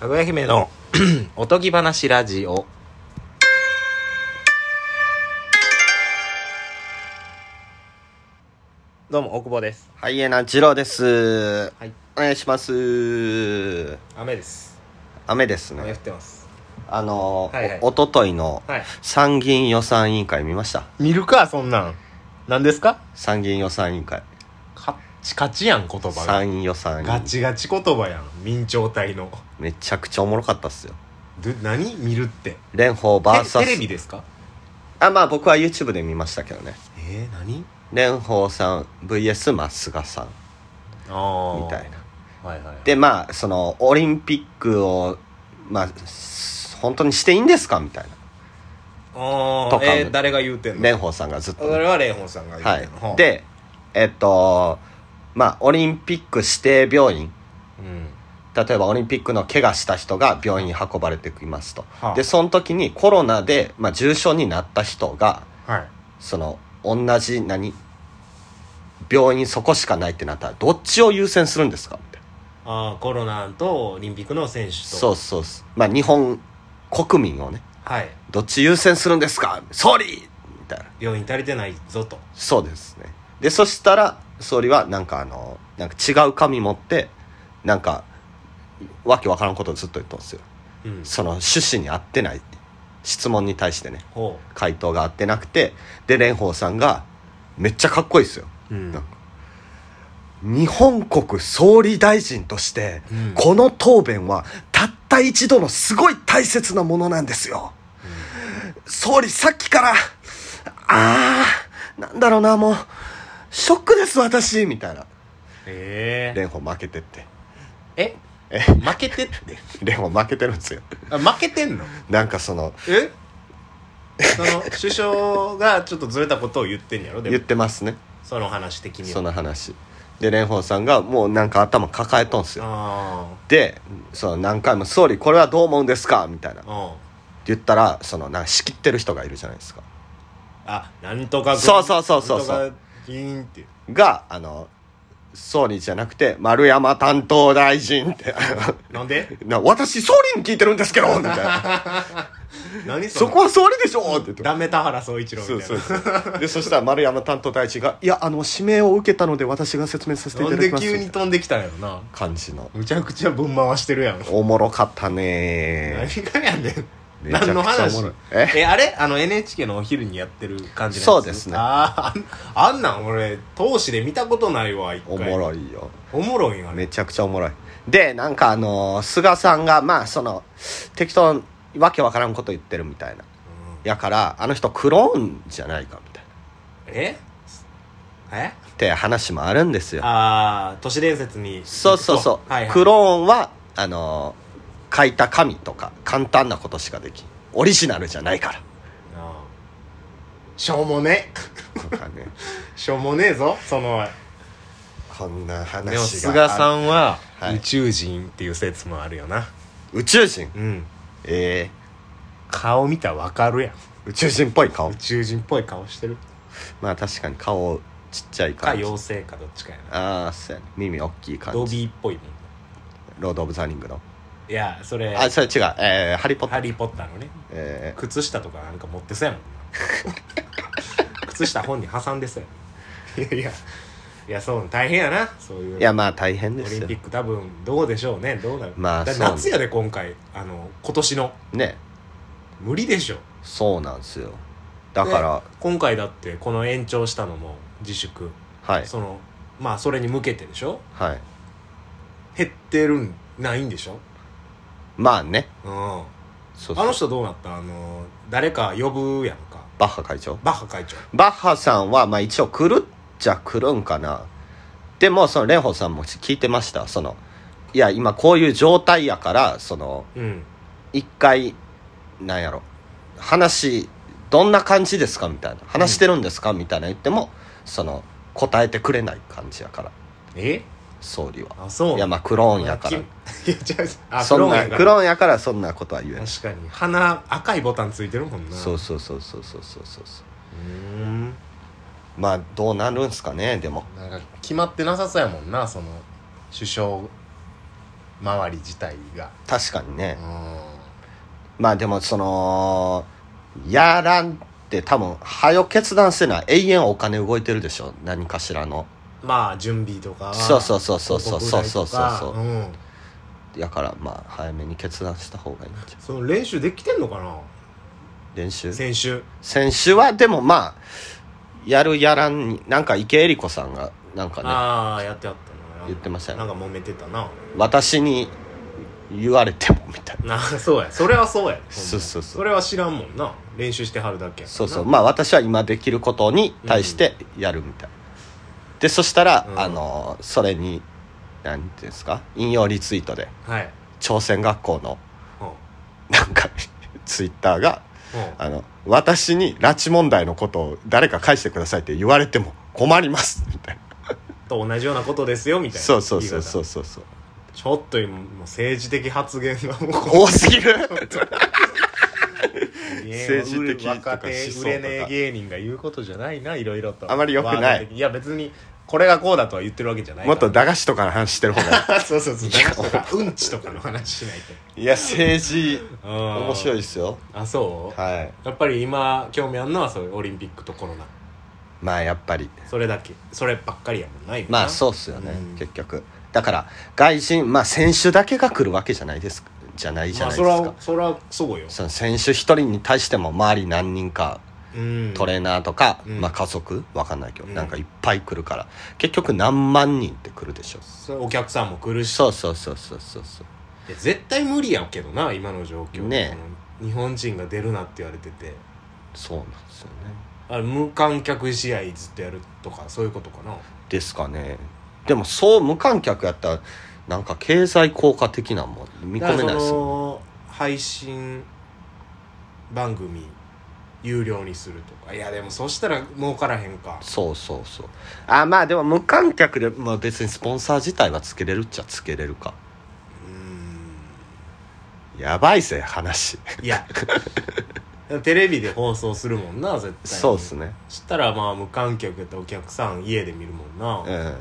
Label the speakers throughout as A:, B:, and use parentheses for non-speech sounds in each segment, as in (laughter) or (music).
A: かぐや姫の (clears throat) おとぎ話ラジオどうも大久保です
B: ハイエナ二郎です。
A: はい
B: お願いします。
A: 雨です
B: 雨です
A: 雨降っ
B: ね。
A: てます
B: あのー、
A: はいはい
B: おおとといの
A: はい
B: 参議院予算委員会見ました。
A: 見るかそんなん何ですか
B: 参議院予算委員会。
A: カッチカチやん言葉が
B: 参院予算委
A: ガ
B: 員。
A: チガチ言葉やん民調体の
B: めちゃくちゃおもろかったっすよ。
A: で何見るって
B: 蓮舫バーサ
A: テ
B: ス。
A: テレビですか
B: あ、まあ僕は YouTube で見ましたけどね。
A: えー、何
B: 蓮舫さん VS 松菅さん
A: ああ
B: みたいな。
A: はいはいはい
B: で、まあ、その、オリンピックを、まあ、す本当にしていいんですかみたいな。
A: あ
B: と
A: あ
B: か
A: えー、誰が言うてんの
B: 蓮舫さんがずっとね、
A: それは蓮舫さんが言
B: は、、
A: ってんの、はい
B: でえっとまあオリンピック指定病院
A: うん、
B: 例えばオリンピックの怪我した人が病院に運ばれてきますと、
A: はあ
B: でその時にコロナで、まあ、重症になった人が
A: はい
B: その同じ何病院そこしかないってなったらどっちを優先するんですかみたいな
A: ああコロナとオリンピックの選手と
B: そうそうそうまあ日本国民をね
A: はい
B: どっち優先するんですか総理みたいな
A: 病院足りてないぞと
B: そうですねでそしたら総理はなんかあのなんか違う紙持ってなんかわけわからんことをずっと言ったんですよ
A: うん
B: その趣旨に合ってない質問に対してね
A: ほ
B: 回答が合ってなくてで蓮舫さんがめっちゃかっこいいですよ
A: ううん
B: なんか日本国総理大臣として、
A: うん
B: この答弁はたった一度のすごい大切なものなんですよ、総理さっきからあーなんだろうなもうショックです私みたいな
A: ええ
B: 蓮舫負けてって
A: え
B: え
A: 負けてって
B: 蓮舫負けてるんですよ
A: あ負けてんの
B: なんかその
A: えその首相がちょっとずれたことを言ってんやろで
B: 言っ
A: も
B: てますね
A: その話的には
B: その話で蓮舫さんがもうなんか頭抱えとんすよ
A: あ
B: でその何回も「総理これはどう思うんですか?」みたいなって
A: あうん
B: 言ったらそのなんか仕切ってる人がいるじゃないですか
A: あなんとか
B: そうそうそうそうそう
A: なんとか議員って
B: があの総理じゃなくて丸山担当大臣って (laughs)
A: なんで
B: な私総理に聞いてるんですけどみたい (laughs) な
A: 何そ
B: そ
A: の
B: こは総理でしょって言って
A: ダメ田原総一郎みたい
B: そう
A: な
B: そうそうでそしたら丸山担当大臣が「いやあの指名を受けたので私が説明させてい
A: な
B: た
A: ん
B: だき
A: で
B: ます」
A: 急
B: み
A: に
B: たいな
A: 飛んできたんやろな
B: 感じの
A: むちゃくちゃぶん回してるやん
B: おもろかったね (laughs)
A: 何がやねん
B: めちゃくち
A: 何
B: ゃ
A: の話
B: おもろいえ
A: えあれあの NHK のお昼にやってる感じのやつ
B: そうですね
A: あああんあんなん俺投資で見たことないわ一回
B: おもろいよ
A: おもろいんあれ
B: めちゃくちゃおもろいでなんかあのー菅さんがまあその適当にわけわからんこと言ってるみたい
A: う
B: な
A: ん
B: やからあの人クローンじゃないかみたいな
A: ええ
B: って話もあるんですよ
A: ああ都市伝説に
B: そうそうそう、
A: はいはい
B: クローンはあのー書いた紙とか簡単なことしかできんオリジナルじゃな
A: (laughs)
B: いか
A: うんしょうもね (laughs)
B: らとかね
A: しょうもねえぞその
B: こんな話が
A: でも菅さ
B: ん
A: んは
B: はい
A: 宇宙人っていう説もあるよな、
B: 宇宙人
A: うん
B: え
A: 顔見たらわかるやん
B: ー、宇宙人っぽい顔
A: 宇宙人っぽい顔してる
B: まあ確かに顔ちっちゃい
A: か
B: 感じ
A: 妖精かどっちかやな
B: ああそうやね耳大きい
A: ド
B: 感じ
A: ビーっぽいもん
B: ロード・オブ・ザ・リングの
A: いやそれ
B: あそれ違うえー、ハリー・ポッター
A: ハリー・ポッターのね
B: え
A: 靴下とかなんか持ってそうやも
B: (laughs)
A: んな靴下本に挟んでそうやいやいやいやそう大変やなそういう
B: ー、いやまあ大変で
A: オ
B: す
A: リン
B: よ
A: ピック多分どうでしょうねどうなる、
B: まあ
A: だ
B: そう
A: 夏やで今回あの今年の
B: ね
A: 無理でしょ
B: そうなんですよだから、
A: ね今回だってこの延長したのも自粛、
B: はい
A: そのまあそれに向けてでしょ
B: はい
A: 減ってるんないんでしょ
B: まあね
A: うんあ
B: そうそう
A: の人どうなったあの誰か呼ぶやんか
B: バッハ会長
A: バッハ会長
B: バッハさんはまあ一応来るっちゃ来るんかなでもその蓮舫さんも聞いてましたそのいや今こういう状態やからその
A: うん
B: 一回なんやろ話どんな感じですかみたいな話してるんですか、みたいな言ってもその答えてくれない感じやから
A: え
B: 総理は
A: あそう
B: いやまあクローンや
A: (laughs)
B: か
A: い
B: ら
A: や違うあ
B: そん
A: 黒い
B: な
A: やから
B: クローンやからそんなことは言えない
A: 確かに鼻赤いボタンついてるもんな
B: そううそうそうそうそうそうそうそう
A: ーん
B: まあどうなるんすかねでも
A: なんか決まってなさそうやもんなその首相周り自体が
B: 確かにね
A: う、ん
B: まあでもそのやらんって多分はよ決断せな永遠お金動いてるでしょ何かしらの
A: まあ準備とか
B: そうそうそうそうそうそうそうそ
A: 広告代
B: う
A: とかうん
B: だからまあ早めに決断した方がいいんじゃん
A: その練習できてんのかな
B: 練習
A: 先週
B: 選手はでもまあやるやらんになんか池江璃子さんがなんかね
A: ああやってあったななんか
B: 言ってましたよ
A: なんか揉めてたな
B: 私に言われてもみたいな
A: なそうやそれはそうやほんま
B: そうそうそう
A: それは知らんもんな練習してはるだけやからな
B: そうそうまあ私は今できることに対してやるみたいな、でそしたら、
A: うん
B: あのそれに何ていうんですか引用リツイートで
A: はい
B: 朝鮮学校の
A: うんうん
B: なんか (laughs) ツイッターがあの「私に拉致問題のことを誰か返してください」って言われても困りますみたいな
A: と同じようなことですよみたいな
B: そうそうそうそ
A: 言いう
B: そうそう
A: 方ちょっと今もう政治的発言がもう
B: 多すぎ (laughs) る
A: (laughs) 政
B: 治的とか
A: 若手
B: 思
A: 売
B: 想とか
A: れねえ芸人が言うことじゃないないろいろと
B: あまり良くない
A: ワード的にいや別にこれがこうだとは言ってるわけじゃない
B: もっと
A: だ
B: 駄菓子とかの話してる方が
A: そうそうそうだからうんちとかの話しない
B: (laughs) いいいや政治
A: と面
B: (laughs) 面白い
A: い
B: ですよ
A: あそう、
B: はい
A: やっぱり今興味あんのはそういうオリンピックとコロナ
B: まあやっぱり
A: それだけそればっかりやもんな今な
B: まあそうっすよね、
A: うん
B: 結局だから外人まあ選手だけが来るわけじゃないですじゃないじゃ
A: まあ
B: ない
A: そ
B: です
A: れ
B: か、
A: はそれはそうよ
B: その選手一人に対しても周り何人か
A: うん
B: トレーナーとか、
A: うん
B: まあ、家族わかんないけど、
A: うん
B: なんかいっぱい来るから結局何万人って来るでしょ
A: そうお客さんも来るし
B: そうそうそうそうそうそう
A: いや絶対無理やけどな今の状況
B: ね
A: この日本人が出るなって言われてて
B: そうなんですよね
A: あれ無観客試合ずっとやるとかそういうことかな
B: ですかねでもそう無観客やったらなんか経済効果的なんも見込めな
A: だ
B: い
A: から
B: です
A: そ
B: よ
A: の配信番組有料にするとかいやでもそしたら儲からへんか
B: そうそうそうあまあでも無観客で、まあ、別にスポンサー自体はつけれるっちゃつけれるか
A: うー
B: やばいぜ話
A: んい
B: (laughs)
A: やテレビで放送するもんな絶対に
B: そうっすね
A: したらまあ無観客やったらお客さん家で見るもんな、
B: うん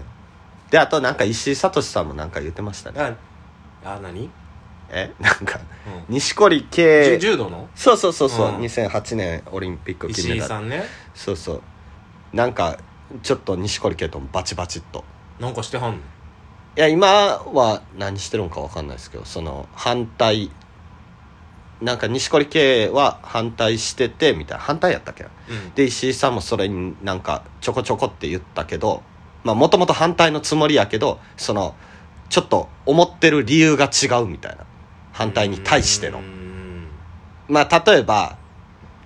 B: であとなんか石井聡さんもなんか言ってましたね
A: ああ何、うん
B: え (laughs) なんか錦織
A: じゅ
B: 圭
A: 柔道の
B: そうそうそうそう、
A: うん
B: 2008年オリンピック金
A: 石
B: メ
A: 井
B: ダル
A: さんね
B: そうそうなんかちょっと錦織圭ともバチバチっと
A: なんかしてはんの
B: いや今は何してるのか分かんないですけどその反対なんか錦織圭は反対しててみたいな反対やったっけな
A: うん
B: で石井さんもそれになんかちょこちょこって言ったけどまあもともと反対のつもりやけどそのちょっと思ってる理由が違うみたいな反対に対して
A: う
B: の
A: ーん
B: まあ例えば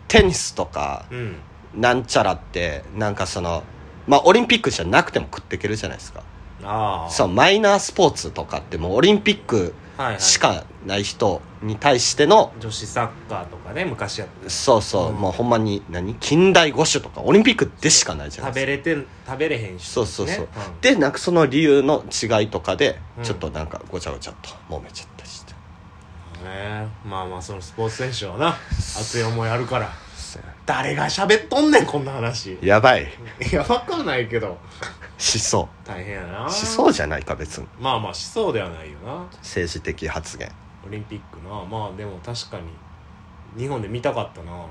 B: テニスとか
A: うん
B: なんちゃらってなんかそのまあオリンピックじゃなくても食っていけるじゃないですか
A: ああ
B: そうマイナースポーツとかってもうオリンピック
A: はいはい
B: しかない人に対しての
A: 女子サッカーとかね昔やって
B: そうそう、
A: うん
B: もうほんまに何近代五種とかオリンピックでしかないじゃない
A: 食
B: で
A: べ
B: すか
A: れてん食べれへんし、ね、
B: そうそうそうんでなんかその理由の違いとかで
A: うん
B: ちょっとなんかごちゃごちゃっと揉めちゃったりして、
A: ねまあまあそのスポーツ選手はな熱い思いあるから
B: そう
A: 誰が喋っとんねんこんな話い
B: やばい
A: やわかんないけど
B: しそ
A: 大変やな
B: うしそうじゃないか別に
A: まあまあしそうではないよな
B: 政治的発言
A: オリンピックなまあでも確かに日本で見たかったな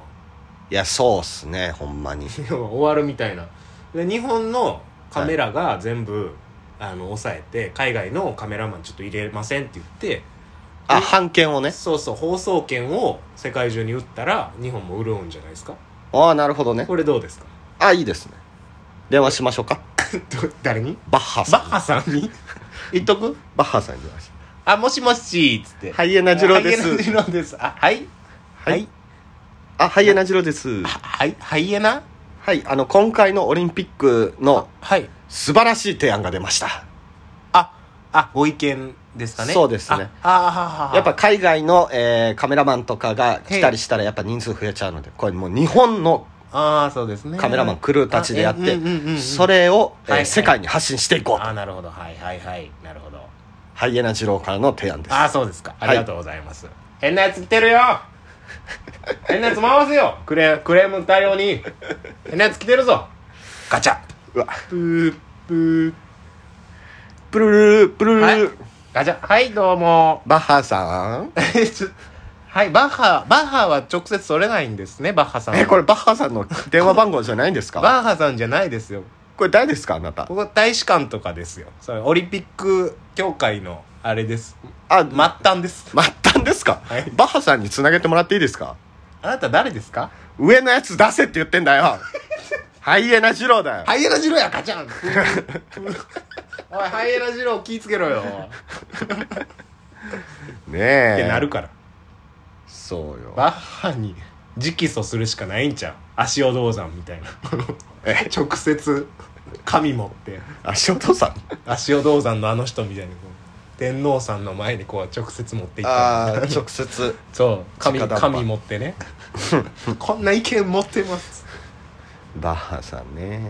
A: い
B: やそうっすねほんまに
A: 終わるみたいなで日本のカメラが全部、あの抑えて海外のカメラマンちょっと入れませんって言って
B: あ判権をね
A: そうそう放送権を世界中に売ったら日本も潤うんじゃないですか
B: ああなるほどね
A: これどうですか
B: あいいですね電話しましょうか
A: (laughs) ど誰に
B: バッハ
A: バ
B: さ
A: ッ
B: ん
A: ハさんに言っとく
B: バッハさんに電話し
A: あもしもしっつって
B: ハ
A: い
B: イエナ二郎です
A: ハイエナ二郎ですあはい
B: はいあハイエナ二郎です
A: ははいハイエナ
B: はいあの今回のオリンピックの
A: はい
B: 素晴らしい提案が出ました
A: ああご意見ですかね
B: そうですね
A: ああああ
B: やっぱ海外の、えーカメラマンとかが来たりしたらやっぱ人数増えちゃうのでこれもう日本の
A: ああそうですね
B: カメラマンクルーたちでやっ
A: あ
B: て
A: うんうんうんうん
B: それを、えー
A: はいはい
B: 世界に発信していこう
A: ああなるほどはいはいはいなるほど
B: ハイエナ二郎からの提案です
A: ああそうですか
B: は
A: あ
B: い
A: りがとうございます、変なやつ来てるよ変なやつ回せよクレクレーム対応に変なやつ来てるぞガチャ
B: うわ
A: プープー
B: プルルルプルルル、
A: はいあじゃあはいどうも (laughs)
B: バッハさん
A: えちょはいバッハバッハは直接取れないんですねバッハさんは
B: え、これバッハさんの電話番号じゃないんですか
A: バッハさんじゃないですよ
B: これ誰ですかあなた
A: こ。こ大使館とかですよそれオリンピック協会のあれです
B: あ、
A: 末、端です
B: まったんですか、
A: はい
B: バッハさんに繋げてもらっていいですか
A: あなた誰ですか
B: 上のやつ出せって言ってんだよ (laughs) ハイエナ二郎だよ。
A: ハイエナ二郎やガチャン (laughs) おいハイエナ二郎気ぃつけろよっ
B: ねえ。
A: てなるから
B: そうよ。
A: バッハに直訴するしかないんちゃう足尾銅山みたいな
B: え、
A: 直接神持って
B: 足音さん。
A: 足尾銅山のあの人みたいにこう天皇さんの前にこう直接持っていった
B: ああ、直接。
A: そう神
B: 直談判
A: 神持ってね (laughs) こんな意見持ってます
B: バッハさんね。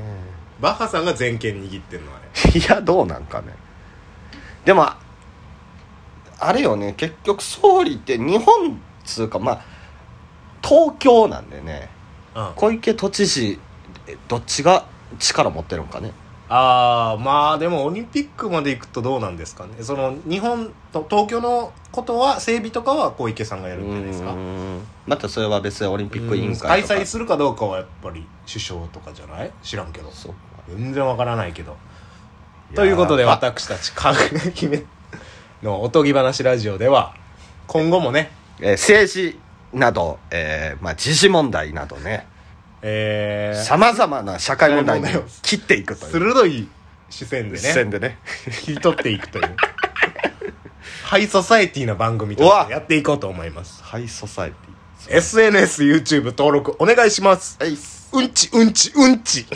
A: バッハさんが全権握ってんのあれ
B: いや、どうなんかね。でも、あれよね、結局総理って日本っつうか、まあ、東京なんでね、
A: あ
B: 小池都知事、えどっちが力持ってるんかね。
A: あーまあでもオリンピックまで行くとどうなんですかねその日本と東京のことは整備とかは小池さんがや
B: う
A: るんじゃないですか
B: ーんまたそれは別にオリンピック委員
A: 開
B: 会とか
A: 催するかどうかはやっぱり首相とかじゃない知らんけど
B: そうか
A: 全然わからないけ
B: (laughs)
A: どということで
B: やば
A: 私たち「か (laughs) ぐ姫」のおとぎ話ラジオでは今後もね、
B: えー政治など、えーまあ、時事問題などね
A: えー
B: さまざまな社会問題に
A: 社会問題を
B: 切っていくという
A: 鋭い視線で
B: 一線
A: ね
B: でね
A: 切り取っていくという
B: (laughs)
A: ハイソサエティな番組としてやっていこうと思います
B: ハイソサエテ
A: SNSYouTube 登録お願いします
B: ィはい
A: うんちうんちうんち